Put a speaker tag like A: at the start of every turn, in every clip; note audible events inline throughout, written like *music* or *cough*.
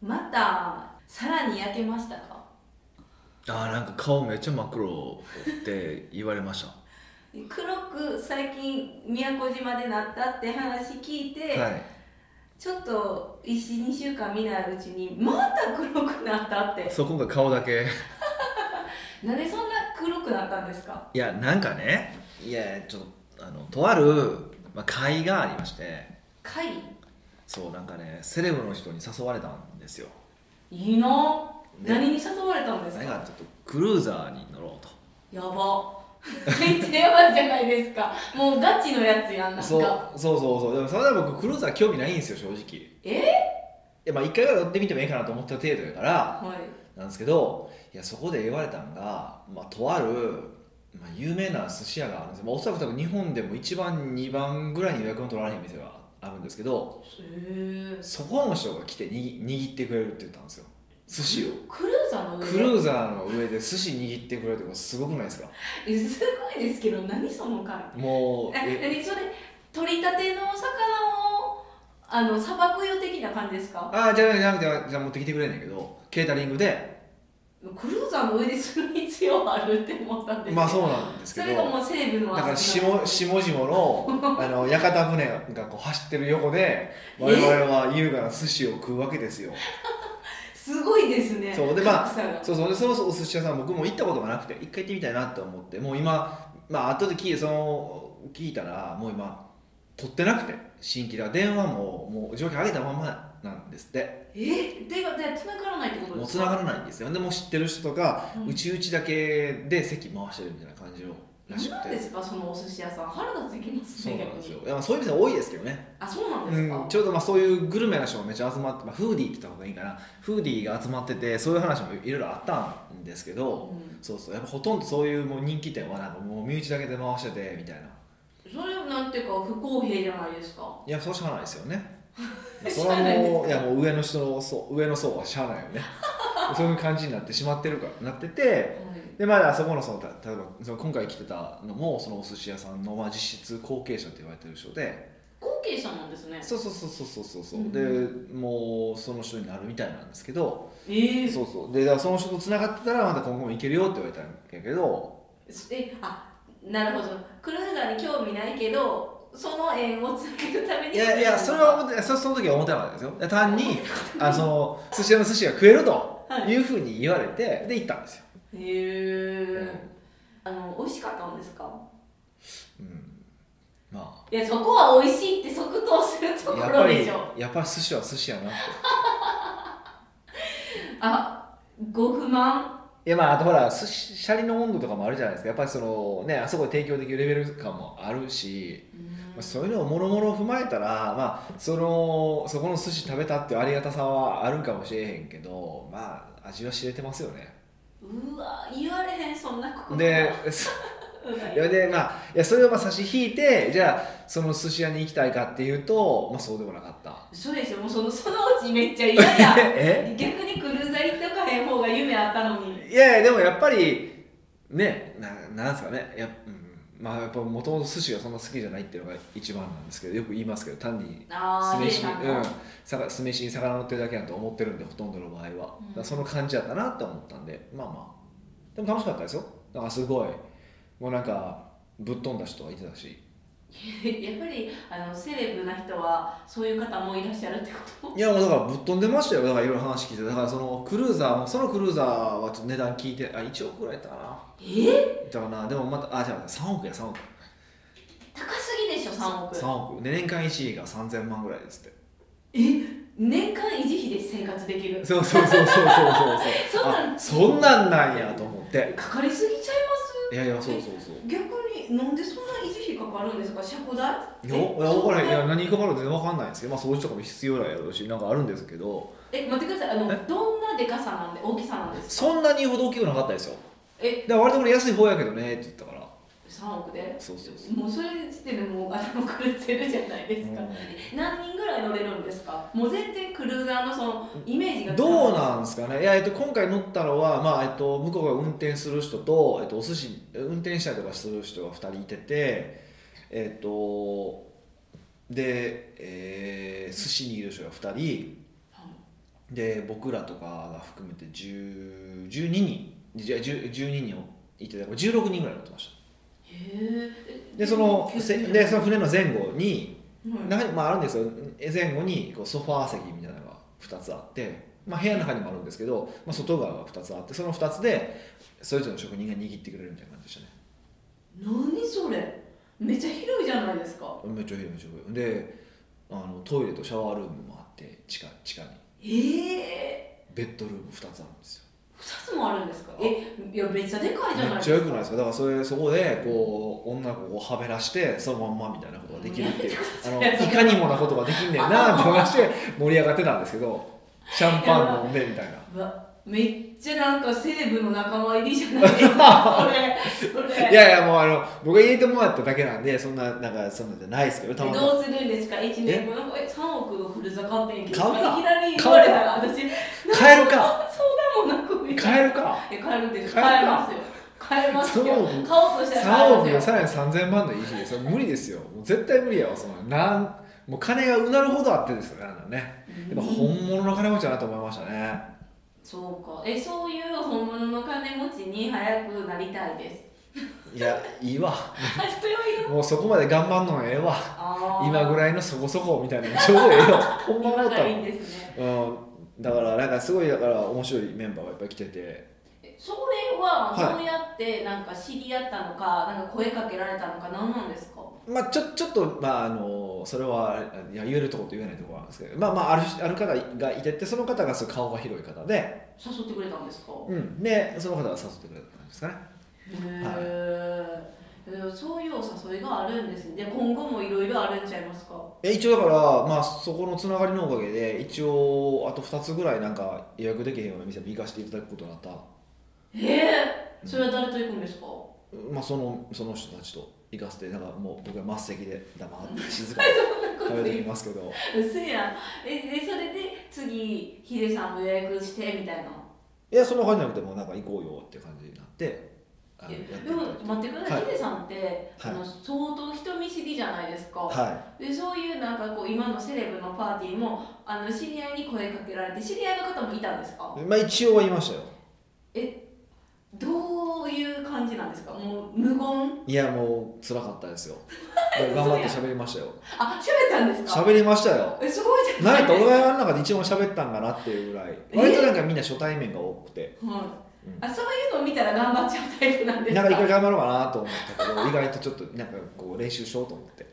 A: またさらに焼けましたか
B: あーなんか顔めっちゃ真っ黒って言われまし
A: 黒く最近宮古島でなったって話聞いて、
B: たはい
A: ちょっと12週間見ないうちにまた黒くなったって
B: そう今回顔だけ
A: なんでそんな黒くなったんですか
B: いやなんかねいやちょっとあのとある、まあ、会がありまして
A: 貝
B: そうなんかねセレブの人に誘われたんですよ
A: いいな
B: で
A: 何に誘われたんです
B: なん
A: か
B: かちょっとクルーザーに乗ろうと
A: やば *laughs* めっちゃやばいじゃないですかもうガチのやつやんなん
B: そう
A: か
B: そうそうそうでもそれで僕クルーザー興味ないんですよ正直い
A: え
B: やまあ一回ぐらい乗ってみてもいいかなと思った程度やから
A: はい
B: なんですけどいやそこで言われたんが、まあ、とある、まあ、有名な寿司屋があるんですよ、まあ、おそらく多分日本でも1番2番ぐらいに予約の取られへん店があるんですけど
A: へえ
B: そこの人が来てに握ってくれるって言ったんですよ寿司を
A: クルーザーの上
B: クルーザーの上で寿司握ってくれるとかすごくないですか
A: えすごいですけど何その貝
B: もう
A: え
B: え
A: 何それ取りたてのお魚をあのさばくよ的な感じですか
B: ああじゃあじゃあじゃあじゃあ持ってきてくれんねんけどケータリングで
A: クルーザーの上でする必要あるって思ったんですけど
B: まあそうなんです
A: そ
B: け
A: れが
B: ど
A: もうセレブの
B: だから下
A: *laughs* 遊びなんです
B: 下々のあの屋形船がこう走ってる横で我々は優雅な寿司を食うわけですよ
A: すごいですね
B: そうでまあ
A: 格差が
B: そうそうでそろそろお寿司屋さん僕も行ったことがなくて一回行ってみたいなと思ってもう今まあ後で聞いてその聞いたらもう今取ってなくて新規だから電話ももう状況上げたままなんですって
A: えでがで繋がらないってこと
B: も
A: で
B: う
A: す
B: 繋
A: か
B: がらないんですよでもう知ってる人とか
A: うん
B: うちうちだけで席回してるみたいな感じのらし
A: 何
B: く
A: なんで
B: て
A: すかそのお寿司屋さん腹立つきます
B: そう
A: ね
B: なんです
A: 逆
B: よ
A: に
B: いやまあそういう店多いですけどね、
A: あそうなんで
B: う
A: すか、
B: ん、ちょうどまあそういうグルメな人がめっちゃ集まって、まあ、フーディーって言った方がいいかなフーディーが集まっててそういう話もいろいろあったんですけど、
A: うん
B: そうそうやっぱほとんどそういうもう人気店はなんかもう身内だけで回しててみたいな
A: それなんていうか不公平じゃないですか
B: いやそうしゃあないです
A: *laughs*
B: よね
A: し
B: そ
A: ゃ
B: れ
A: あ
B: は
A: ないですか
B: もういやもう上の人のそう上の層はしゃあないよね *laughs* そういう感じになってしまってるからなってて
A: はい
B: でまだあそこのそのた例えばその今回来てたのもそのお寿司屋さんのまあ実質後継者って言われてる人で
A: 後継者なんですね
B: そうそうそうそうそうそうそううんでもうその人になるみたいなんですけど
A: ええ
B: そうそうでだからその人とつながってたらまた今後もいけるよって言われたんやけど
A: えあなるほどクルーザーに興味ないけどその縁を続けるために
B: いやいやそれは思ってそその時は思ってなかったですよいや単にあその寿司屋の寿司が食えると
A: はい
B: いうふうに言われてで行ったんですよ、
A: へえあの美味しかったんですか
B: うん、ま
A: いやそこは美味しいって即答すると
B: あ
A: こ
B: やっぱ
A: ろで
B: り
A: しょ
B: やっぱり寿司は寿司やなって
A: あご不満
B: いやまああとほら寿司シャリの温度とかもあるじゃないですかやっぱりそのねあそこで提供できるレベル感もあるし、まあ、そういうのをもろもろ踏まえたらまあそのそこの寿司食べたっていうありがたさはあるんかもしれへんけどまあ味は知れてますよね
A: うわ言われへんそんなこと
B: で
A: うん
B: いやでまあいやそれをまあ差し引いてじゃあその寿司屋に行きたいかっていうと、まあ、そうでもなかった
A: そうですよもうそのそのうちめっちゃ嫌や
B: *laughs* え
A: 逆にクルーザー行っとかへん方が夢あったの
B: *laughs*
A: に
B: いやいやでもやっぱりねななんですかねや,、うん、まあやっぱもともと寿司がそんな好きじゃないっていうのが一番なんですけどよく言いますけど単に
A: あ
B: 酢
A: あ
B: 飯
A: さん
B: に、
A: が
B: うん、さが酢飯に魚乗ってるだけだと思ってるんでほとんどの場合は、だか
A: うん
B: らその感じだったなって思ったんでまあまあでも楽しかったですよなんかすごいもうなんかぶっ飛んだ人がいてたし
A: *laughs* やっぱりあのセレブな人はそういう方もいらっしゃるってこと
B: いやもうだからぶっ飛んでましたよだからいろいろ話聞いてだからそのクルーザーもそのクルーザーはちょっと値段聞いてあ1億ぐらいやったかな
A: え
B: だからなでもまたあじゃあ3億や3億
A: 高すぎでしょ3億
B: 3億で年間1位が3000万ぐらいですって
A: 年間維持費で生活できる
B: そうそうそうそうそうそう
A: そんなん
B: あ *laughs* そんなんなんやと思って
A: かかりすぎちゃい
B: いやいやそうそうそう
A: ます逆になんでそんな維持費かかるんですか車庫代
B: いやいや分からへんいや何かかるって分かんないんですけど、まあ、掃除とかも必要だやろうしなんかあるんですけど
A: え待ってくださいあの
B: え
A: どんなでかさなんで大きさなんですか
B: そんなに言うほど大きくなかったですよ
A: え
B: だから割とこれ安い方やけどねって言ったから
A: 3億で
B: そうそうそう
A: もうそれ時点でもう頭狂ってるじゃないですか、何人ぐらい乗れるんですかもう全然クルーザーのそのイメージが
B: どう
A: な
B: なんですかねいや、えっと、今回乗ったのは、まあえっと、向こうが運転する人と、えっと、お寿司運転したりとかする人が2人いててえっとで、えー寿司握る人が2人で僕らとかが含めて10 12人じゃ10 12人をいて16人ぐらい乗ってました
A: え
B: でそのせでその船の前後に
A: うん
B: 中にまああるんですよ前後にこうソファー席みたいなのが2つあって、まあ、部屋の中にもあるんですけど、まあ、外側が2つあってその2つでそれぞれの職人が握ってくれるみたいな感じでしたね
A: 何それめっちゃ広いじゃないですか
B: めっちゃ広いめっちゃ広いであのトイレとシャワールームもあって地下地下に
A: ええ
B: ベッドルーム2つあるんですよ
A: ー、2つもあるんですかえいやめっちゃでかいじゃないで
B: めっちゃ
A: す
B: よ
A: か
B: くないですかだからそれそこでこう女の子をはべらしてそのまんまみたいなことができ
A: *laughs*
B: るっていうあのいかにもなことができんねんなって話して盛り上がってたんですけどシャンパン飲んでみたいな
A: うわめっちゃなんか西部の仲間入りじゃないですかそれそれ
B: いやいやもうあの僕が入れてもらっただけなんでそんななんかそんなんじゃないですけどたま
A: え
B: に
A: どうするんですか1年後のえ3億のふるさと典
B: 買うか
A: いきなり言われたら私
B: 買えるか
A: そうだもなくみたい
B: 買えるか
A: なえ買えるんです
B: 買
A: 買
B: え
A: え
B: るか
A: ますよ買えますよ買お
B: 三
A: う
B: 億
A: としたら買え
B: 3
A: ます
B: 億が
A: よ
B: さらに3000万のいい日でそれ無理ですよもう絶対無理やわそんななんもう金がうなるほどあってですよねあのねやっぱ
A: うん
B: 本物の金持ちだなと思いましたね
A: そうかえそういう本物の金持ちに早くなりたいです
B: いやいいわ
A: あそれ
B: *laughs*
A: はいる
B: もうそこまで頑張んのええわ
A: あー
B: 今ぐらいのそこそこみたいなのちょう
A: *laughs*
B: どええよほんま
A: 今
B: 思っ
A: が
B: た
A: いいん
B: も
A: ですね
B: ん、うん、だからなんかすごいだから面白いメンバーがいっぱい来てて
A: えそれは
B: はい
A: どうやってなんか知り合ったのか、なんか声かけられたのか何なんですか
B: まあちょちょっとまああのそれはいや言えるとこと言えないところなんですけどまあまああるある方がいててその方がすごい顔が広い方で、
A: 誘ってくれたんですか
B: うん、でその方が誘ってくれた感じですかね
A: へーえーそういうお誘いがあるんですねで今後もいろいろあるんちゃいますか
B: え一応だから、まあ、そこのつながりのおかげで一応あと2つぐらいなんか予約できへんような店に行かせていただくことになった、
A: えー、それは誰と行くんですか、
B: まあ、そのその人たちと行かせてなんかもう僕は末席で黙って静かに
A: そんなこ
B: 食
A: と
B: べて
A: 言
B: き
A: う
B: ますけど
A: *laughs* 嘘やんえでそれで次ヒデさんも予約してみたいない
B: やそんな感じじゃなくてもうなんか行こうよって感じになってあのやってい
A: で
B: ただ
A: も
B: いて
A: 待ってください、
B: はい
A: ヒデさんって、
B: はい
A: あの相当人見知りじゃないですか、
B: は
A: でそういうなんかこう今のセレブのパーティーもあの知り合いに声かけられて知り合いの方もいたんですか
B: いまあ一応は言いましたよ
A: どういう感じなんですかもう無言
B: いやもう辛かっ
A: *laughs*
B: たですよでも頑張って喋りましたよ
A: あ喋ったんですか
B: 喋りましたよ
A: えすごいじゃ
B: な
A: な
B: ん
A: い
B: やった
A: で
B: ら
A: すか
B: 俺がの中で一番喋ったんかなっていうぐらい
A: え
B: 割となんかみんな初対面が多くて
A: はい
B: うん
A: あそういうのを見たら頑張っちゃうタイプなんです
B: な
A: か
B: んか一回頑張ろうかなと思ったけど意外とちょっとなんかこう練習しようと思って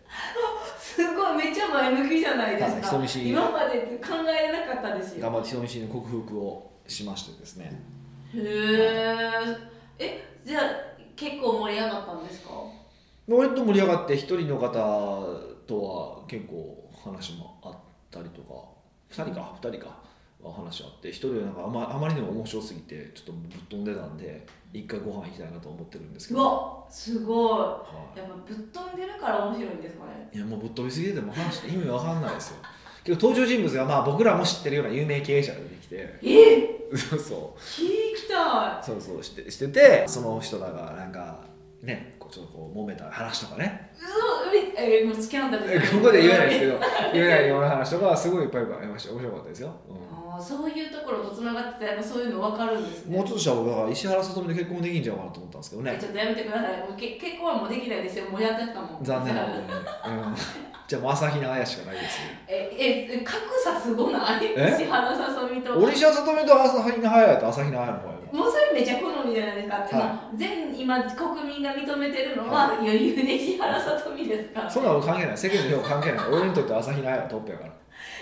A: すごいめっちゃ前向きじゃないですか
B: はい人見知り
A: 今まで考えれなかったですよ
B: 頑張って人見知りの克服をしましてですね
A: へーえじゃあ結構盛り上がったんですか
B: 割と盛り上がって一人の方とは結構話もあったりとか二人か二人か話あって一人はなんかあまあまりにも面白すぎてちょっとぶっ飛んでたんで一回ご飯行きたいなと思ってるんですけ
A: う
B: ど、は
A: わすごい
B: い
A: やっぱぶっ飛んでるから面白いんですかね
B: いやもうぶっ飛びすぎててもう話して意味わかんないですよけど登場人物がまあ僕らも知ってるような有名経営者が出てきて
A: え
B: そうそう
A: 聞きた
B: そうそうしてしててその人らがなんかねこうちょっとこう揉めた話とかね
A: い嘘ええもうスキャンダル
B: *laughs* ここで言えないですけ
A: ど
B: ど言えないような話とかすごいいっぱいいっぱいありました面白かったですよ、う
A: あーそういうところとつながってたらやっぱそういうの分かるんです
B: ん、
A: ね
B: もうちょっとしたら僕だから石原さとみで結婚できんじゃないかなと思ったんですけど
A: え
B: ね
A: ちょっとやめてくださいもうけ結婚はもうできないですよもうやってたもん
B: 残念なことにね、うん、じゃあもう朝比奈綾しかないです *laughs* ね
A: ええ格差すごない
B: え
A: 石原さとみと
B: 俺石原さとみと朝比奈綾と朝比奈綾の方がいい
A: も
B: わ
A: うそれめちゃ好みじゃないですか、
B: い
A: まあ全今国民が認めてるのは余裕で石原さとみですから
B: そんなの関係ない世間の評価関係ない俺にとって朝比奈綾はトップや *laughs* から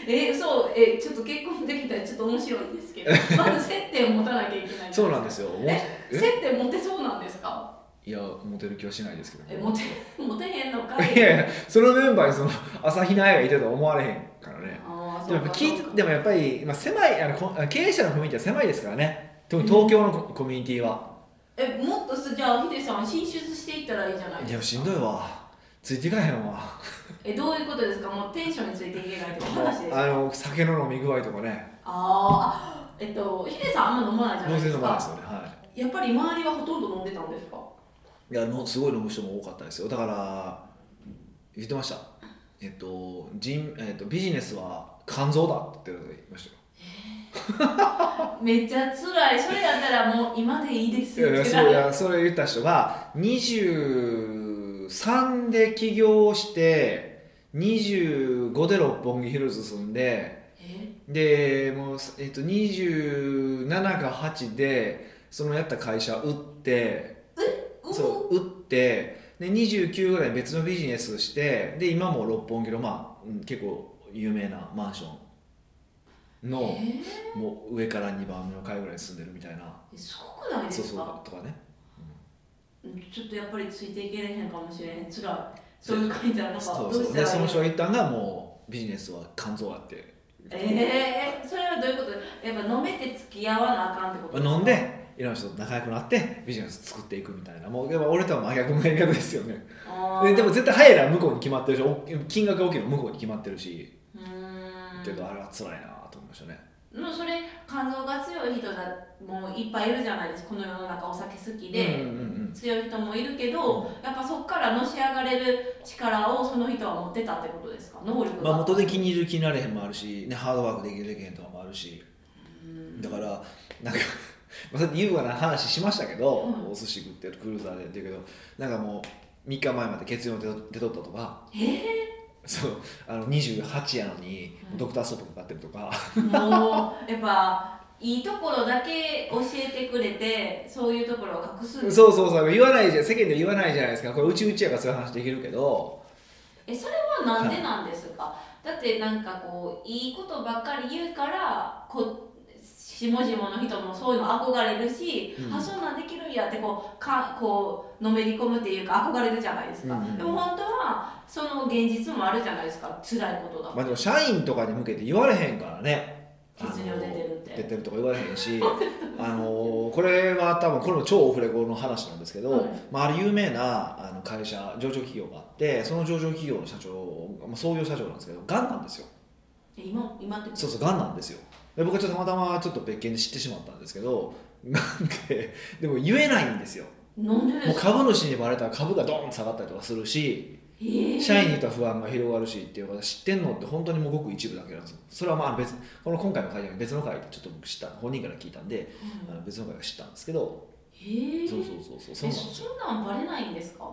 A: えそうえちょっと結婚できたらちょっと面白いんです
B: *laughs*
A: けどまず接点を持たなきゃいけない
B: そうなんですすよもう
A: え
B: え
A: 接点持てそうなんですか
B: いやモテる気はしないですけど
A: え持て *laughs* 持てへんのか
B: いやいやそのメンバーにその朝比奈綾がいてるとは思われへんからね
A: あーそ
B: で
A: う
B: もやっ
A: か
B: ぱ聞
A: そ
B: い
A: う
B: て
A: か
B: でもやっぱり、まあ、狭いあのこ経営者のコミュニティは狭いですからね特に東京のコ,、コミュニティは
A: えもっとすじゃあヒデさん進出していったらいいじゃない
B: い
A: で
B: や
A: す
B: し
A: か
B: んどいわついていかへんわ
A: えどういうことですかもうテンションについていけないとか話です
B: あ
A: あ
B: の酒の飲み具合とかね
A: あーえっとヒデさんあんま飲まないじゃな
B: 同
A: いで
B: 性の
A: す
B: 場合で
A: か
B: すよねは
A: やっぱり周りはほとんど飲んでたんですか
B: いいやのすごい飲む人も多かったですよだから言ってましたえっと人、えっと、ビジネスは肝臓だって言ってましたよ
A: めっちゃ辛いそれやったらもう今でいいです
B: い
A: よ
B: やいやそういやそれ言った人は23で起業して25で六本木ヒルズ住んで
A: え
B: でもう、えっと、27か8でそのやった会社売ってそう売ってで29ぐらいに別のビジネスしてで今も六本木の、まあ、うん結構有名なマンション
A: うん
B: の、
A: え
B: もう上から2番目の階ぐらいに住んでるみたいな
A: ーすごくないで
B: そう
A: す
B: そう
A: か
B: とかね
A: ちょっとやっぱりついていけれへんかもしれへん辛いそういう感じだなんか
B: そ
A: ど
B: うそうう
A: したら
B: でその人
A: いい
B: が言ったんがもうビジネスは肝臓あって
A: えー、それはどういうことやっぱ飲めて付き合わなあかんってこと
B: 飲んでいろんな人と仲良くなってビジネス作っていくみたいなもうでも俺とは真逆のやり方ですよね
A: あー
B: ででも絶対早いのは向こうに決まってるしお金額が大きいのは向こうに決まってるし
A: うーん
B: けどあれは辛いなと思いましたね
A: もうそれ肝臓が強い人だもういっぱいいるじゃないですかこの世の中お酒好きで、
B: うんうんうん
A: 強い人もいるけどやっぱそこからのし上がれる力をその人は持ってたってことですか能力
B: ま
A: が、
B: あ、元で気に入る気になれへんもあるし、ね、ハードワークできるできへんとかもあるし
A: うん
B: だからなんか *laughs* まあさっき優雅な話しましたけど、
A: うん
B: お寿司食ってるクルーザーでっていうけどなんかもう3日前まで血尿出と出とったとか
A: え
B: そうあの28やのに
A: うん
B: ドクターストップかかってるとか、 *laughs*
A: ー、もうやっぱいいところだけ教えてくれてそういうところを隠すんです
B: そうそうそう言わないじゃん世間で言わないじゃないですかこれうちうちやからそういう話できるけど
A: えそれはなんでなんですか、だってなんかこういいことばっかり言うからこ下々の人もそういうの憧れるし、
B: うん
A: あそんなんできるんやってこうかこうのめり込むっていうか憧れるじゃないですか、
B: うんうん
A: でも本当はその現実もあるじゃないですか辛いことだ
B: まあでも社員とかに向けて言われへんからね
A: 血尿出てるって
B: あの出てるとか言われへ
A: *laughs*
B: んしあのこれは多分これも超オフレコの話なんですけど、
A: はい
B: まあ、ある有名なあの会社上場企業があってその上場企業の社長、まあ、創業社長なんですけどがんなんですよ
A: え今今って
B: そうそうがんなんですよで僕はちょっとたまたまちょっと別件で知ってしまったんですけどなんででも言えないんですよ
A: なんでで
B: もう
A: すか
B: 株主にバレたら株がドーンと下がったりとかするし
A: えー
B: 社員にと不安が広がるしっていう方知ってんのって本当にもうごく一部だけなんですよそれはまあ別この今回の会社の別の会でちょっと僕知った本人から聞いたんで
A: う
B: あ
A: ん
B: の別の会が知ったんですけど
A: えー
B: そうそうそうそうそ
A: え
B: うなんですよ
A: そんなんバレないんですか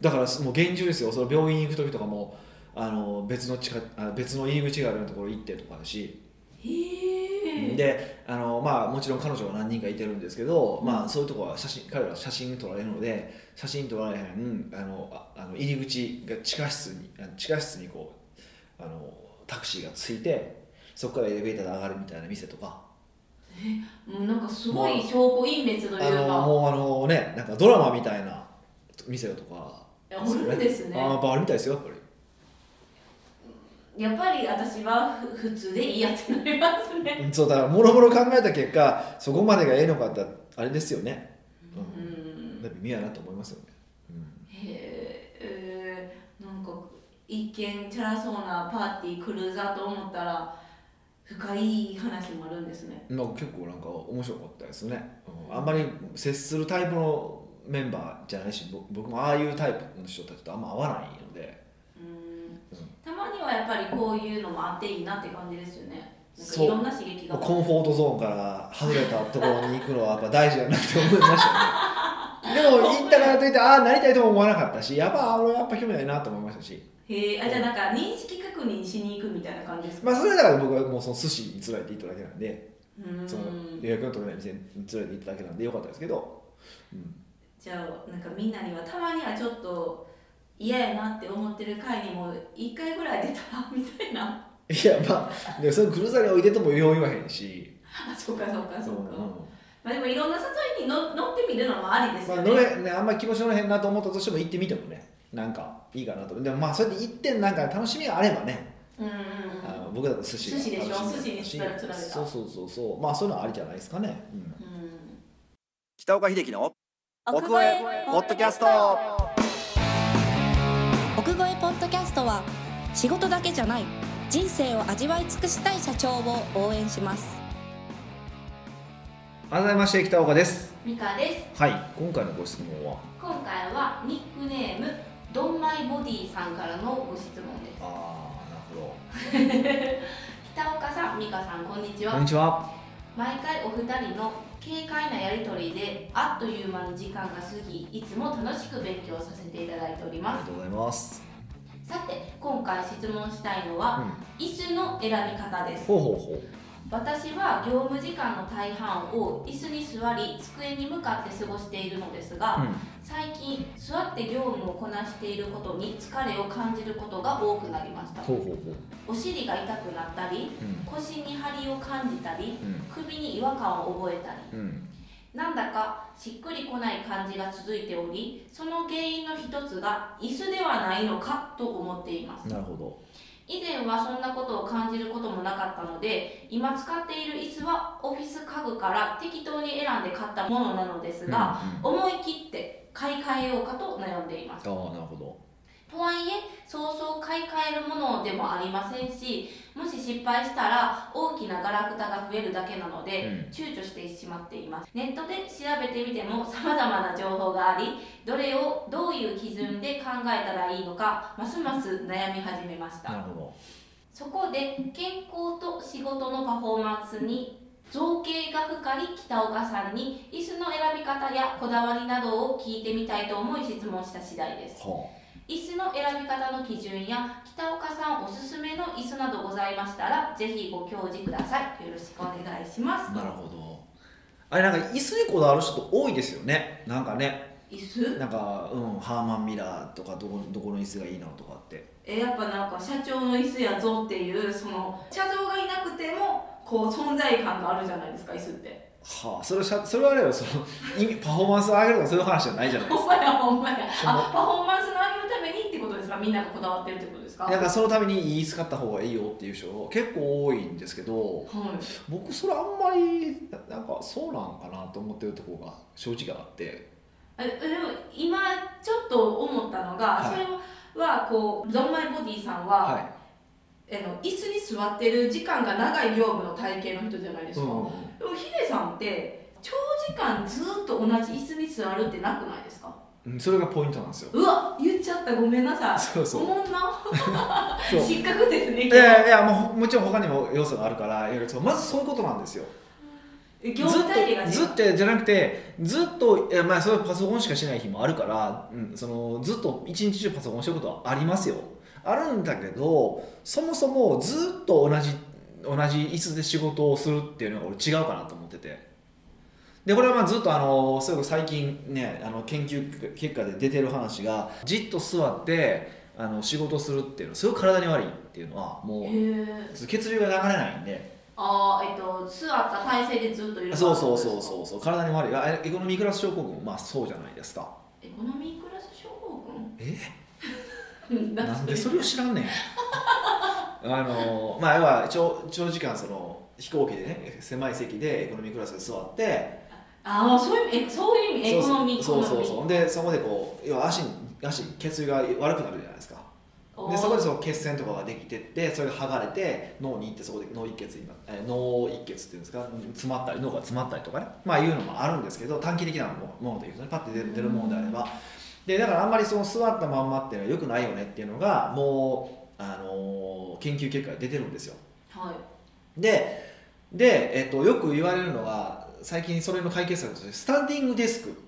B: だからもう厳重ですよその病院行く時とかもあの別の近あの別の入り口があるようなところ行ってとかだし
A: へえ
B: であの、まあ、もちろん彼女は何人かいてるんですけど、
A: うん
B: まあ、そういうところは写真彼らは写真撮られるので写真撮られへんあのああの入り口が地下室にあ地下室にこうあのタクシーがついてそこからエレベーターで上がるみたいな店とか
A: もうなんかすごい証拠隠滅と
B: あ
A: いうか
B: のもうあのねなんかドラマみたいな店とか
A: いやおるんですね
B: あやっぱあるみたいですよやっぱり
A: やっぱり私はふ普通でいいやってなりますね。
B: うんそうだからもろもろ考えた結果そこまでがええのかってあれですよね
A: う
B: うん
A: ん、
B: やっぱ妙やなと思いますよね、うん
A: へえーなんか一見チャラそうなパーティークルーザーと思ったら深い話もあるんですね。
B: なんか結構なんか面白かったですね、うんあんまり接するタイプのメンバーじゃないしぼ僕もああいうタイプの人たちとあんま合わないので
A: うん
B: うん
A: たまにはやっぱりこういうのもあっていいなって感じですよね。なんか
B: そう
A: いろんな刺激が。
B: コンフォートゾーンから外れたところに行くのはやっぱ大事だなって思いました
A: *laughs*
B: ねでも行ったからといってああなりたいとも思わなかったしやっぱ俺はやっぱ興味ないなと思いましたし
A: へえあじゃあなんか認識確認しに行くみたいな感じですか。
B: まあそれだから僕はもうその寿司に連れて行っただけなんで
A: うん
B: その予約の取れない店に連れて行っただけなんでよかったですけど、うん
A: じゃあなんかみんなにはたまにはちょっと嫌やなって思ってる回にも1回ぐらい出たらみたいない *laughs*
B: やまあでもそのクルーザーに置いてともよう言わへんし
A: あそうかそうかそうか、
B: うん
A: まあ、でもいろんな誘いにの乗ってみるのもありです
B: まあ、
A: よ
B: 乗
A: ね、
B: れねあんまり気持ち乗れへんなと思ったとしても行ってみてもねなんかいいかなとでもまあそれで行ってなんか楽しみがあればね、
A: うんうん
B: あの僕だと寿司が楽
A: 寿司でしょ
B: みだ
A: 寿司に釣られたら
B: そうそうそうそうまあそういうのはありじゃないですかね、うん、
A: うんうん
B: 北岡秀樹の
C: 奥越えポッドキャスト
D: 奥越えポッドキャストは仕事だけじゃない人生を味わい尽くしたい社長を応援します
B: 改めまして北岡です
A: ミカです
B: はい今回のご質問は
A: 今回はニックネームドンマイボディさんからのご質問です
B: ああなるほど
A: 北 *laughs* 北岡さん美香さんこんにちは
B: こんにちは
A: 毎回お二人の軽快なやりとりであっという間に時間が過ぎいつも楽しく勉強させていただいており
B: あり
A: ま
B: がとうございます、
A: すさて今回質問したいの
B: うん、
A: は椅子の選び方です
B: ほうほうほ
A: 私は業務時間の大半を椅子に座り机に向かって過ごしているのですが、
B: う、うん、
A: 最近座って業務をこなしていることに疲れを感じることが多くなりました
B: ほうほうほう
A: お尻が痛くなったり
B: うん
A: 腰に張りを感じたり
B: うん
A: 首に違和感を覚えたり
B: うん
A: なんだかしっくりこない感じが続いておりその原因の一つが椅子ではないのかと思っています
B: なるほど
A: 以前はそんなことを感じることもなかったので今使っている椅子はオフィス家具から適当に選んで買ったものなのですが、
B: うん
A: 思い切って買い替えようかと悩んでいます
B: うん、ああなるほど
A: とはいえそうそう買い替えるものでもありませんしもし失敗したら大きなガラクタが増えるだけなので、
B: うん
A: 躊躇してしまっていますネットで調べてみても様々な情報がありどれをどういう基準で考えたらいいのかますます悩み始めまし
B: なる
A: た
B: ほど
A: そこで健康と仕事のパフォーマンスに造形が深い北岡さんに椅子の選び方やこだわりなどを聞いてみたいと思い質問した次第です
B: は
A: 椅子の選び方の基準や北岡さんおすすめの椅子などございましたらぜひご教示くださいよろしくお願いしま
B: あ
A: す
B: なるほどあれなんか椅子にこだわる人多いですよねなんかね
A: 椅子
B: なんかうんハーマンミラーとかどこどこの椅子がいいなとかって
A: えやっぱなんか社長の椅子やぞっていうその社長がいなくてもこう存在感があるじゃないですか椅子って
B: はあそれはしゃそれはあれよその意味パフォーマンスを上げるとかそういう話じゃないじゃないです
A: ほ
B: か
A: んまやほんまや
B: その
A: あパフォーマンスの上げるためにってことですかみんながこだわってるってことですか
B: なんかそのために言い使った方がいいよっていう人結構多いんですけど
A: はい
B: 僕それあんまりななんかそうなんかなと思ってるところが正直あって
A: あでも今ちょっと思ったのが、
B: は
A: そ
B: い
A: れはこうドンマイボディさんは、
B: は
A: あの椅子に座ってる時間が長い業務の体型の人じゃないで
B: い
A: すか、でもヒデさんって長時間ずっと同じ椅子に座るってなくないですか
B: うん、それがポイントなんですよ
A: うわ言っちゃったごめんなさい
B: そうそう
A: おもんな
B: そう
A: 失格ですね
B: いやいやもうもちろん他にも要素があるからいやそうまずそういうことなんですよ
A: 業務体系が違う
B: ずっとずっとじゃなくてずっといやまあそれはパソコンしかしない日もあるから、うん、そのずっと一日中パソコンしてることはありますよあるんだけどそもそもずっと同じ同じ椅子で仕事をするっていうのが俺違うかなと思っててでこれはまあずっとあのそれこそ最近ねあの研究結果で出てる話がじっと座ってあの仕事するっていうのはすごく体に悪いっていうのはもう
A: へー
B: 血流が流れないんで
A: あーえっと座った体勢でずっといる
B: そうそうそう
A: う
B: そうそう体に悪いあエコノミークラス症候群もまあそうじゃないですか
A: エコノミークラス症候 *laughs*
B: え
A: 群だ
B: なんでそれを知らん *laughs* ねんあのまあ要は長長時間その飛行機でね狭い席でエコノミークラスで座って
A: ああそういう意味えそういう意味エコノミー
B: そうそう
A: エコノ
B: そう
A: ミー
B: そうでそこでこう要は足に足に血流が悪くなるじゃないですか
A: おー
B: でそこでその血栓とかができてってそれが剥がれて脳に行ってそこで脳一血になえー脳一血っていうんですか詰まったり脳が詰まったりとかねまあいうのもあるんですけど短期的なものというとねパッて出出るものであればでだからあんまりその座ったまんまっていうのは良くないよねっていうのがもう、あのー研究結果で出てるんですよ
A: はい
B: でで、えっとよく言われるのが最近それの解決策としてスタンディングデスク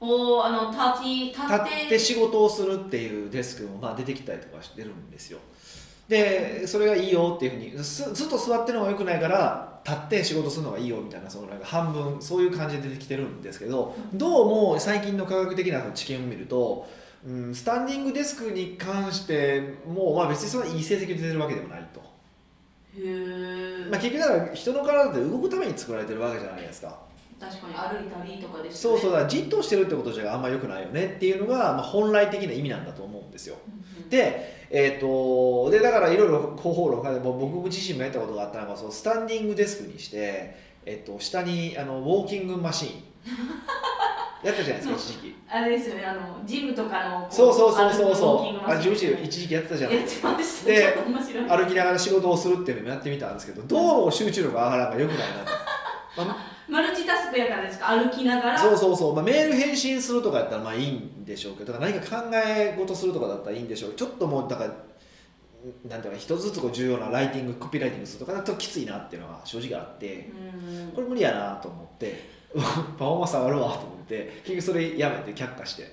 A: おーあの立ち立
B: 立
A: って
B: って仕事をするっていうデスクもまあ出てきたりとかしてるんですよでそれがいいよっていうふうにすずっと座ってるのが良くないから立って仕事するのがいいよみたいなそのなんか半分そういう感じで出てきてるんですけどどうも最近の科学的な知見を見ると、うん、スタンディングデスクに関してもうまあ別にそのいい成績出てるわけでもないと、
A: へえ、
B: まあ、結局だから人の体って動くために作られてるわけじゃないですか
A: 確かに歩いたりとかです
B: そうそう
A: だ、
B: だからじっとしてるってことじゃあんま良くないよねっていうのが、まあ、本来的な意味なんだと思うんですよ
A: うんうん、
B: で,、えー、とでだからいろいろ広報論家でも僕自身もやったことがあったのがそのスタンディングデスクにして、えっと下にあのウォーキングマシーン *laughs* やったじゃないですか一時期
A: あれですよねあのジムとかのこ
B: そうそうそうそ
A: 歩くウォーキ
B: う
A: ン
B: そ
A: グ
B: うあ
A: マシ
B: 自
A: ン
B: 分自身一時期やってたじゃない
A: や
B: で
A: っ
B: す
A: て
B: か
A: ました
B: で
A: ちょっと面白い
B: 歩きながら仕事をするっていうのもやってみたんですけどどうも集中力が上がらんから良くない *laughs* なと。まあ
A: マルチタスクやからですか歩きながら
B: そう
A: う
B: そうそう、まあ、メール返信するとかやったらまあいいんでしょうけどだから何か考え事するとかだったらいいんでしょうけどちょっともうだからなんていうか一つずつこう重要なライティングコピーライティングするとかだときついなっていうのが正直あって
A: うん
B: これ無理やなと思ってパフォーマンス上がるわと思って結局それやめて却下して、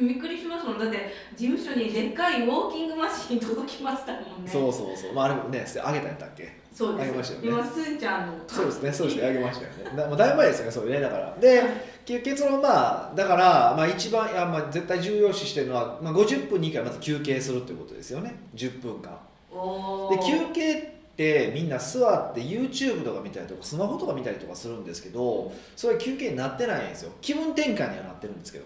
A: びっくりしましたもんだって事務所にでっかいウォーキングマシン届きましたもんね
B: そうそうそうまああれもねあげたんやったっけ
A: そうです
B: ありましたよね
A: 今すーちゃんの
B: そうですね、そうですね、あげましたよね。だもうだいぶ前ですよね、それね、だから。で、結結論、まあ、だから、まあ、一番、いやまあ、絶対重要視してるのは、まあ、50分に1回まず休憩するってことですよね、10分間。
A: おー
B: で、休憩って、みんな座って YouTube とか見たりとか、スマホとか見たりとかするんですけど、それは休憩になってないんですよ。気分転換にはなってるんですけど。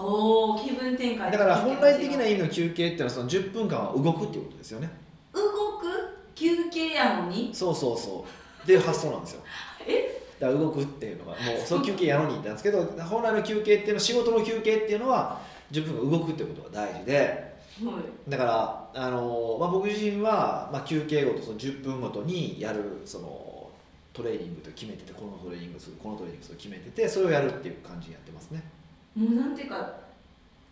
A: おー気分転換
B: だから、本来的な意味の休憩っていうのは、その10分間は動くっていうことですよね。
A: 動く休憩やのに
B: そうそうそうっていう発想なんですよ
A: え
B: だから動くっていうのがもうその休憩やのになんですけど本来の休憩っていうのは仕事の休憩っていうのは10分間動くってことが大事で
A: はい
B: だから、あのまあ、僕自身は、まあ、休憩ごとその10分ごとにやるそのトレーニングと決めててこのトレーニングするこのトレーニングする決めててそれをやるっていう感じにやってますね
A: もうなんていうか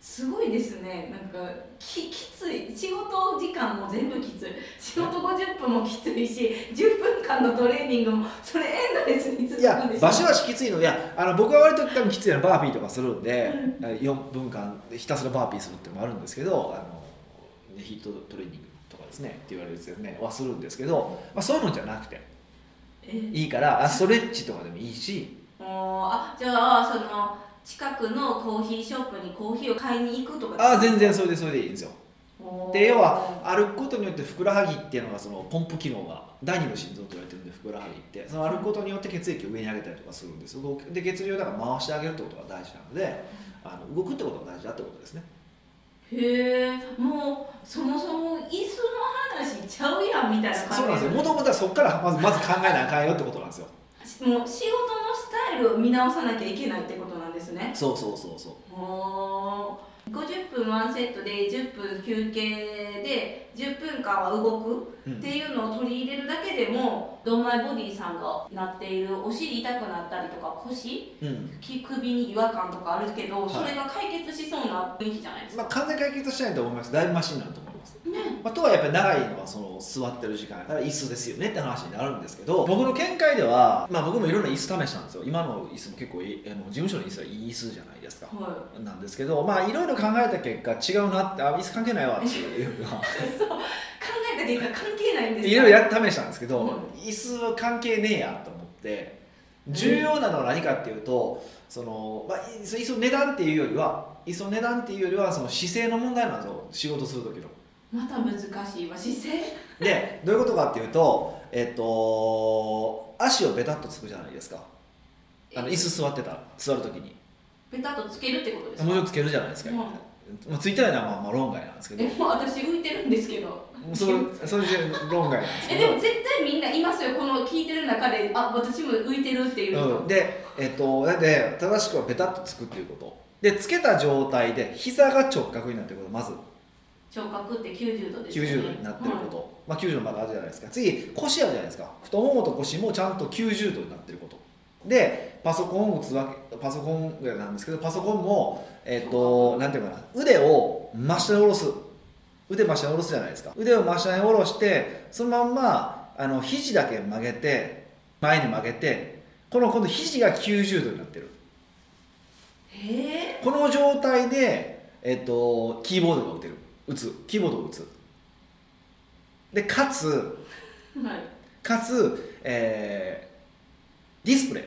A: すごいですねなんかききつい仕事時間も全部きつい仕事50分もきついし10分間のトレーニングもそれエンドレスに続くんでしょ
B: いやバシバシきついのいやあの僕は割と多分きついのはバーピーとかするんで、4分間ひたすらバーピーするっていうのもあるんですけどあのねヒートトレーニングとかですねって言われるやつですねはするんですけど、まあ、そういうのじゃなくて
A: え
B: いいからあストレッチとかでもいいし
A: もうあじゃあその近くのコーヒーショップにコーヒーを買いに行くとか
B: あ全然それでそれでいいんですよ
A: おー
B: で要は歩くことによってふくらはぎっていうのがそのポンプ機能が第二の心臓と言われてるんでふくらはぎってその歩くことによって血液を上に上げたりとかするんです動くで血流をだから回してあげるってことが大事なのであの動くってことが大事だってことですね
A: へえもうそもそも椅子の話ちゃうやんみたいな感じ
B: そうなんですよ。もともとはそこからまずまず考えなあかんよってことなんですよ。
A: もう仕事のスタイルを見直さなきゃいけないってことなんですね
B: そうそうそうそう。
A: おー50分ワンセットで10分休憩で10分間は動く
B: うん
A: っていうのを取り入れるだけでもドンマイボディさんがなっているお尻痛くなったりとか腰
B: うん
A: き首に違和感とかあるけど
B: はい
A: それが解決しそうな雰囲気じゃないですか、
B: まあ、完全解決しないと思います。だいぶマシになると思います。
A: ね
B: まあ、とはやっぱり長いのはその座ってる時間やから椅子ですよねって話になるんですけど僕の見解では、まあ、僕もいろんな椅子試したんですよ今の椅子も結構いいあの事務所の椅子はいい椅子じゃないですか
A: は
B: なんですけどまあいろいろ考えた結果違うなってあ椅子関係ないわっていうのが
A: いそう考えた結果関係ないんです
B: いろいろやって試したんですけど、
A: うん
B: 椅子は関係ねえやと思って重要なのは何かっていうとその、まあ、椅子椅子の値段っていうよりは椅子の値段っていうよりはその姿勢の問題なんですよ仕事する時の。
A: また難しいわ姿勢 *laughs*
B: でどういうことかっていうとえっと足をベタっとつくじゃないですかあの椅子座ってたら座る時に
A: ペタッとつけるってことです
B: もち
A: か
B: ろんつけるじゃないですか、
A: うん
B: まあ、ついてないのはまあまあ論外なんですけど
A: えもう私浮いてるんですけど
B: それそれで論外なんですけ
A: え
B: ど
A: で *laughs* も絶対みんないますよこの聞いてる中であ私も浮いてるっていう人、
B: うん、で、えっと、なんで正しくはベタっとつくっていうことでつけた状態で膝が直角になってることまず
A: 聴覚って90度ですよね
B: 90度になってること、まあ、90度まであるじゃないですか次腰あるじゃないですか太ももと腰もちゃんと90度になってることでパソコンを打つわけパソコンなんですけどパソコンもえっとなんていうかな腕を真下に下ろす腕真下に下ろすじゃないですか腕を真下に下ろしてそのまんまあの肘だけ曲げて前に曲げてこの今度肘が90度になってる
A: はいへえ
B: この状態で、えっと、キーボードが打てる打つキーボードを打つでかつ
A: はい
B: かつ、えーディスプレイ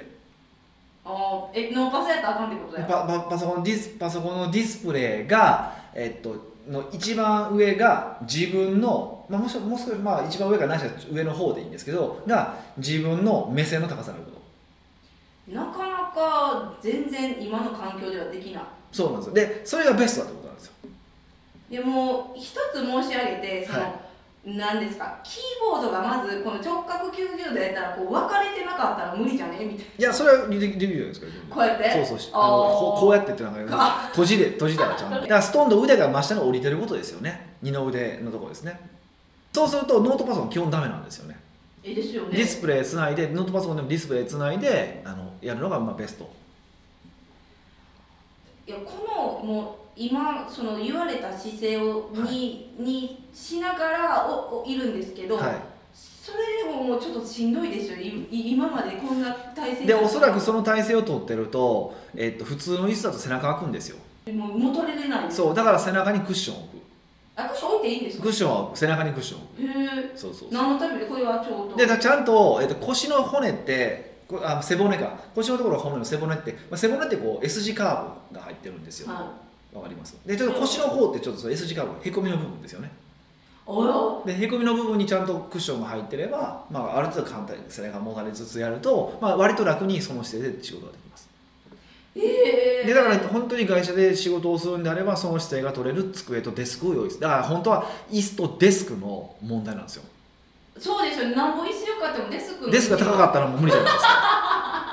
A: あーえノーパスやったらあかんってことだよ
B: パパパソコンディスパソコンのディスプレイが、えっと、の一番上が自分の、まあ、もしもう少し、まあ、一番上かないしは上の方でいいんですけどが自分の目線の高さのこと
A: なかなか全然今の環境ではできない
B: そうなんですよでそれがベストだってことなんですよ
A: でも一つ申し上げてその、
B: は
A: なんですかキーボードがまずこの直角90度やったらこう分かれてなかったら無理じゃねみたい
B: いやそれはできできるじゃないですか
A: なこうやって
B: そうそうしあ
A: あー
B: のこうこうやってってなんか閉じで閉じたらちゃんとだからストンと腕が真下に降りてることですよね二の腕のところですねそうするとノートパソコン基本ダメなんですよね
A: えですよね
B: ディスプレイつないでノートパソコンでもディスプレイつないであのやるのがまあベスト
A: いやこのもう今その言われた姿勢をに,、
B: は
A: にしながらおおいるんですけど、
B: はい
A: それでももうちょっとしんどいですよいい今までこんな体勢
B: でおそらくその体勢を取ってると、えっと、普通の椅子だと背中開くんですよ
A: もう戻れれない
B: そうだから背中にクッションを置
A: あクッション置いていいんです
B: く
A: か
B: クッションは置く背中にクッションを置
A: へえ
B: くそうそうそう
A: 何のためにこれはちょうど
B: でだからちゃんと、えっと、腰の骨ってこあ背骨か腰のところの骨の背骨って、まあ、背骨ってこう S 字カーブが入ってるんですよわ、
A: は
B: かりますでちょっと腰の方ってちょっとその S 字カーブへこみの部分ですよね
A: い、およ
B: でへこみの部分にちゃんとクッションが入ってれば、まあ、ある程度簡単に背中がもたれつつやると、まあ、割と楽にその姿勢で仕事ができます
A: ええ
B: でだから本当に会社で仕事をするんであればその姿勢が取れる机とデスクを用意するだから本当は椅子とデスクの問題なんですよ
A: そうですよなんぼ椅子よかってもデスク
B: デスクが高かったたらもう無理じゃないですか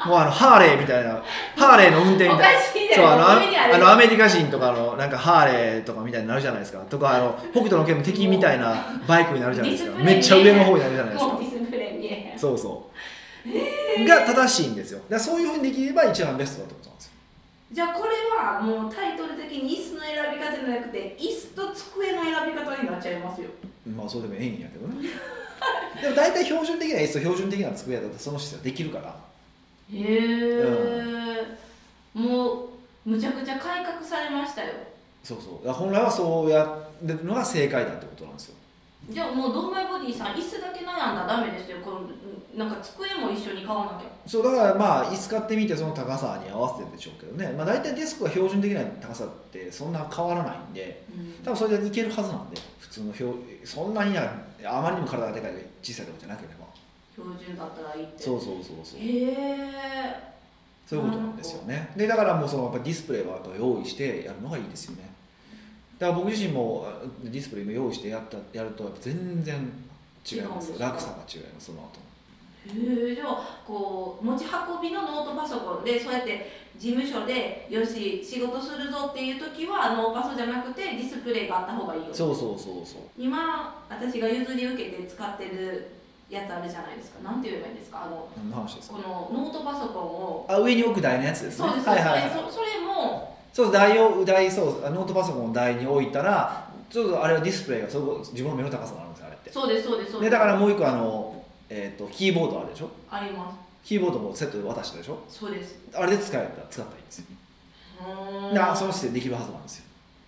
B: もうあのハーレーみたいなハーレーの運転み
A: お
B: た
A: か
B: いな
A: しいね
B: そうあのあ
A: 上にある
B: あのアメリカ人とかのなんかハーレーとかみたいになるじゃないですかとかあの北斗の拳の敵みたいなバイクになるじゃないですか
A: ディスプレイ
B: めっちゃ上の方になるじゃないです
A: も
B: か
A: うディスプレイ見えへん
B: そうそうが正しいんですよだからそういうふうにできれば一番ベストだと思うんですよ
A: じゃあこれはもうタイトル的に椅子の選び方じゃなくて椅子と机の選び方になっちゃいますよ
B: まあそうでもええんやけどねでも大体標準的な椅子と標準的な机だとその人はできるから
A: へえ、もうむちゃくちゃ改革されましたよ
B: そうそうだから本来はそうやるのが正解だってことなんですよ
A: じゃあもうドンマイボディさん椅子だけ悩んだらダメですよこのなんか机も一緒に買わなきゃ
B: そうだからまあ椅子買ってみてその高さに合わせてでしょうけどね、まあ、大体デスクは標準的な高さってそんな変わらないんで多分それでいけるはずなんで普通の表そんなになんかあまりにも体がでかい小さいとかじゃなければ
A: 標準だったらいいって
B: そうそうそうそう
A: へえ
B: そういうことなんですよね。でだからもうそのやっぱディスプレイはやっぱ用意してやるのがいいですよね。だから僕自身もあディスプレイも用意してやったやるとやっぱ全然違います
A: 違うんですか
B: 落差が違いますその後
A: へえでもこう持ち運びのノートパソコンでそうやって事務所でよし仕事するぞっていう時はノーパソじゃなくてディスプレイがあった方がいいよ
B: そうそうそうそう
A: 今私が譲り受けて使ってるやつあるじゃないですかなんて言えばいいんですかあの
B: 何の話です
A: こ
B: か
A: のノートパソコンを
B: あ上に置く台のやつですね
A: そうです、
B: はいはい、
A: そ
B: は
A: れ
B: い、
A: そそれも
B: そう台を台そうあノートパソコンを台に置いたらちょっとあれはディスプレイがそこ自分の目の高さになるんですよあれって
A: そうですそうですそうで
B: ですだからもう一個あの、えー、とキーボードあるでしょ
A: ありま
B: キーボードもセットで渡したでしょ
A: すそうです
B: あれで使えたら使ったらいいんですよ
A: うーん
B: だからその姿勢できるはずなんですよ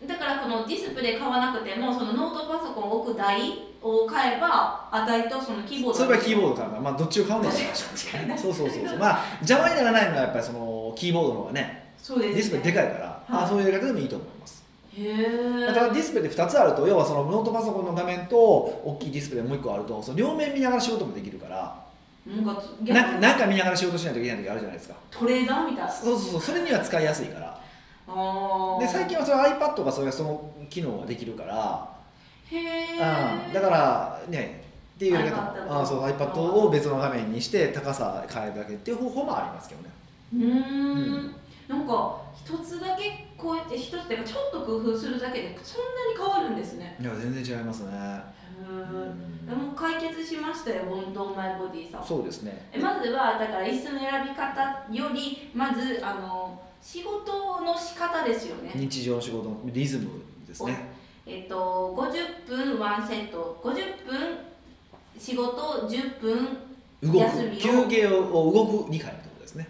A: だからこのディスプレイ買わなくてもそのノートパソコンを置く台を買えば値とそのキーボード
B: それはキーボードからな、まあ、どっちを買うんで
A: *laughs*
B: しょ
A: 確かに
B: そうそうそうそうまあ邪魔にならないのはやっぱりそのキーボードの方がね
A: そうで
B: デ
A: す、
B: ィスプレイで
A: い
B: かいから、
A: はい
B: あそういうやり方でもいいと思います、
A: へえ
B: まただディスプレイで2つあると要はそのノートパソコンの画面と大きいディスプレイもう1個あるとその両面見ながら仕事もできるから
A: なんか逆
B: な
A: に
B: なんか見ながら仕事しないといけない時あるじゃないですか
A: トレーダーみたいな
B: そうそうそうそれには使いやすいから
A: あー
B: で最近はその iPad がそれその機能ができるから
A: へえ
B: うんだからねっていうやり方
A: iPad
B: もあそう iPad を別の画面にして高さ変えるだけっていう方法もありますけどね
A: うー
B: うん
A: んなんか一つだけこうやって一つっていうかちょっと工夫するだけでそんなに変わるんですね
B: いや全然違いますね、
A: へー
B: うん
A: でも解決しましたよドンマイボディさん
B: そうですね
A: えまずはだから椅子の選び方よりまずあの仕事の仕方ですよね、
B: 日常の仕事のリズムですね
A: えっと50分ワンセット50分仕事10分
B: 動
A: お
B: く
A: 休みを
B: 休憩を動く2回ってことですね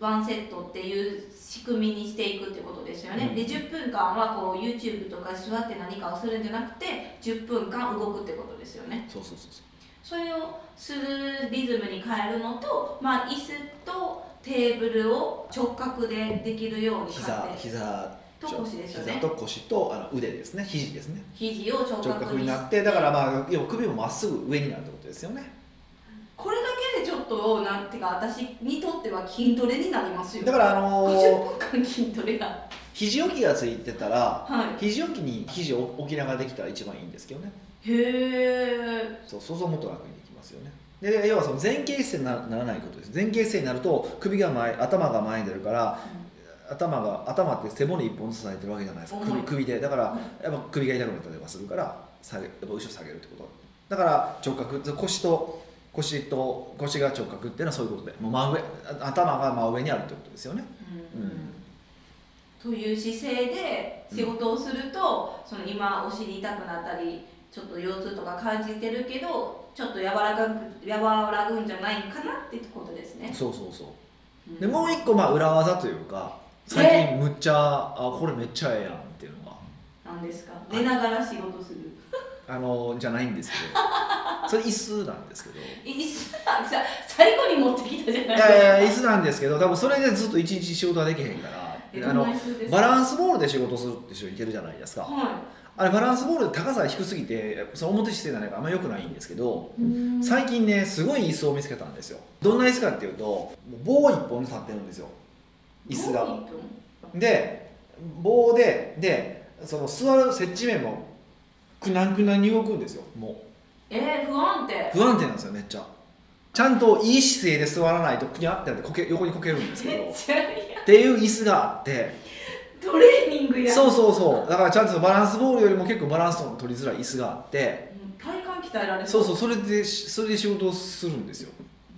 A: ワンセットっていう仕組みにしていくってことですよね、
B: うん
A: で10分間はこう YouTube とか座って何かをするんじゃなくて10分間動くってことですよね
B: そうそうそうそう
A: それをするリズムに変えるのと、まあ、椅子とテーブルを直角でできるように
B: 膝
A: 変えて
B: 膝
A: と腰ですよね
B: 膝と腰とあの腕ですね肘ですね
A: 肘を直
B: 直
A: 角
B: 角
A: に
B: になってだからまあ要は首もまっすぐ上になるってことですよね
A: これだけでちょっとなんていうか私にとっては筋トレになりますよ
B: だからあのー
A: 50分間筋トレが
B: 肘置きがついてたら
A: は
B: 肘置きに肘を置きながらできたら一番いいんですけどね
A: いへえ
B: そうそうそうもっと楽にできますよねで要はその前傾姿勢になならないことです前傾姿勢になると首が前頭が前に出るから頭が頭って背骨一本ずつ支えてるわけじゃないですか
A: 重
B: 首
A: い
B: 首でだからやっぱ首が痛くなったりとかするから下げやっぱ後ろ下げるってことだから直角腰と腰と腰が直角っていうのはそういうことでもう真上あ頭が真上にあるってことですよね
A: うん
B: うん
A: という姿勢で仕事をすると、その今お尻痛くなったりちょっと腰痛とか感じてるけどちょっと和らがぐ和らぐんじゃないかなってことですね。
B: そうそうそう
A: うん
B: でもう一個まあ裏技というか最近むっちゃあこれめっちゃええやんっていうのが
A: なんですか寝ながら仕事する。
B: あのじゃないんですけ
A: *laughs*
B: どそれ椅子なんですけど
A: 椅
B: い
A: 子さ最後に持ってきたじゃないですか。
B: やいや椅子なんですけど多分それでずっと一日仕事はできへんから
A: え
B: あ
A: ど
B: の
A: んな椅子ですか
B: バランスボールで仕事するって人いてるじゃないですか
A: は
B: あれバランスボールで高さが低すぎてその表姿勢なんかあんま良くないんですけど
A: い。うん
B: 最近ねすごい椅子を見つけたんですよどんな椅子かっていうともう棒一本で立ってるんですよ椅子が
A: どういうこと
B: で棒ででその座る接地面もくなんくなんに動くんですよも
A: えー、不安定
B: う。不安定なんですよめっちゃちゃんといい姿勢で座らないとくにゃってなってこけ横にこけるんですけ
A: め
B: ど
A: っちゃいや
B: っていう椅子があって
A: トレーニングや。
B: そうそうそうだからちゃんとバランスボールよりも結構バランスを取りづらい椅子があって
A: うん体幹鍛えられ。
B: そうそううそれでそれで仕事をするんですよ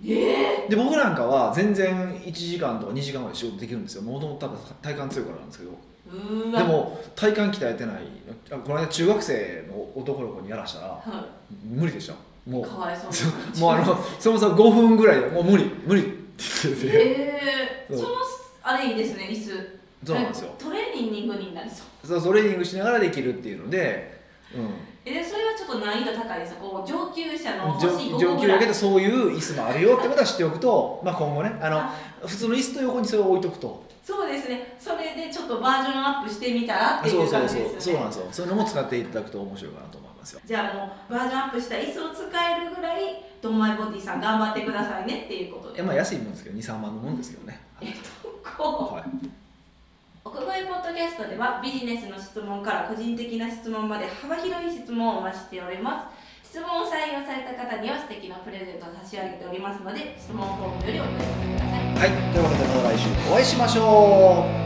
A: え
B: で僕なんかは全然1時間とか2時間まで仕事できるんですよもともと多分体幹強いからなんですけど
A: ー、うーわ。
B: でも体幹鍛えてないあこの間中学生の男の子にやらしたら
A: は
B: 無理でしたも
A: い、か
B: う
A: わいそう
B: そう
A: な感じ。
B: *laughs* もうあのそもそも5分ぐらいでもう無理無理って言ってて
A: えー、
B: そ
A: そうのあれいいですね椅子。
B: そうなんですよ
A: トレーニングになりそう。
B: そうトレーニングしながらできるっていうので、
A: えー、それはちょっと難易度高いです。こう上級者
B: う
A: の
B: ん、
A: 星5個
B: 上上
A: ぐ
B: 級だ
A: ら
B: け
A: い。
B: どそういう椅子もあるよってことは知っておくと、まあ、今後ねあ
A: あ
B: の普通の椅子と横にそれを置いとくと
A: そうですね。それでちょっとバージョンアップしてみたらって
B: そ
A: いうう
B: そ
A: 感
B: う
A: じ
B: そ
A: で
B: う
A: すよね。
B: そうなんですよそういうのも使っていただくと面白いかなと思いますよ
A: じゃあもうバージョンアップした椅子を使えるぐらいドンマイボディさん頑張ってくださいねっていうことで
B: えまあ安いもんですけど23万のもんですけどね
A: えっとこ
B: は
A: う奥越えポッドキャストではビジネスの質問から個人的な質問まで幅広い質問をお待ちしております質問を採用された方には素敵なプレゼントを差し上げておりますので質問フォームよりお問い合わせください
B: い、はい、ということでまた来週お会いしましょう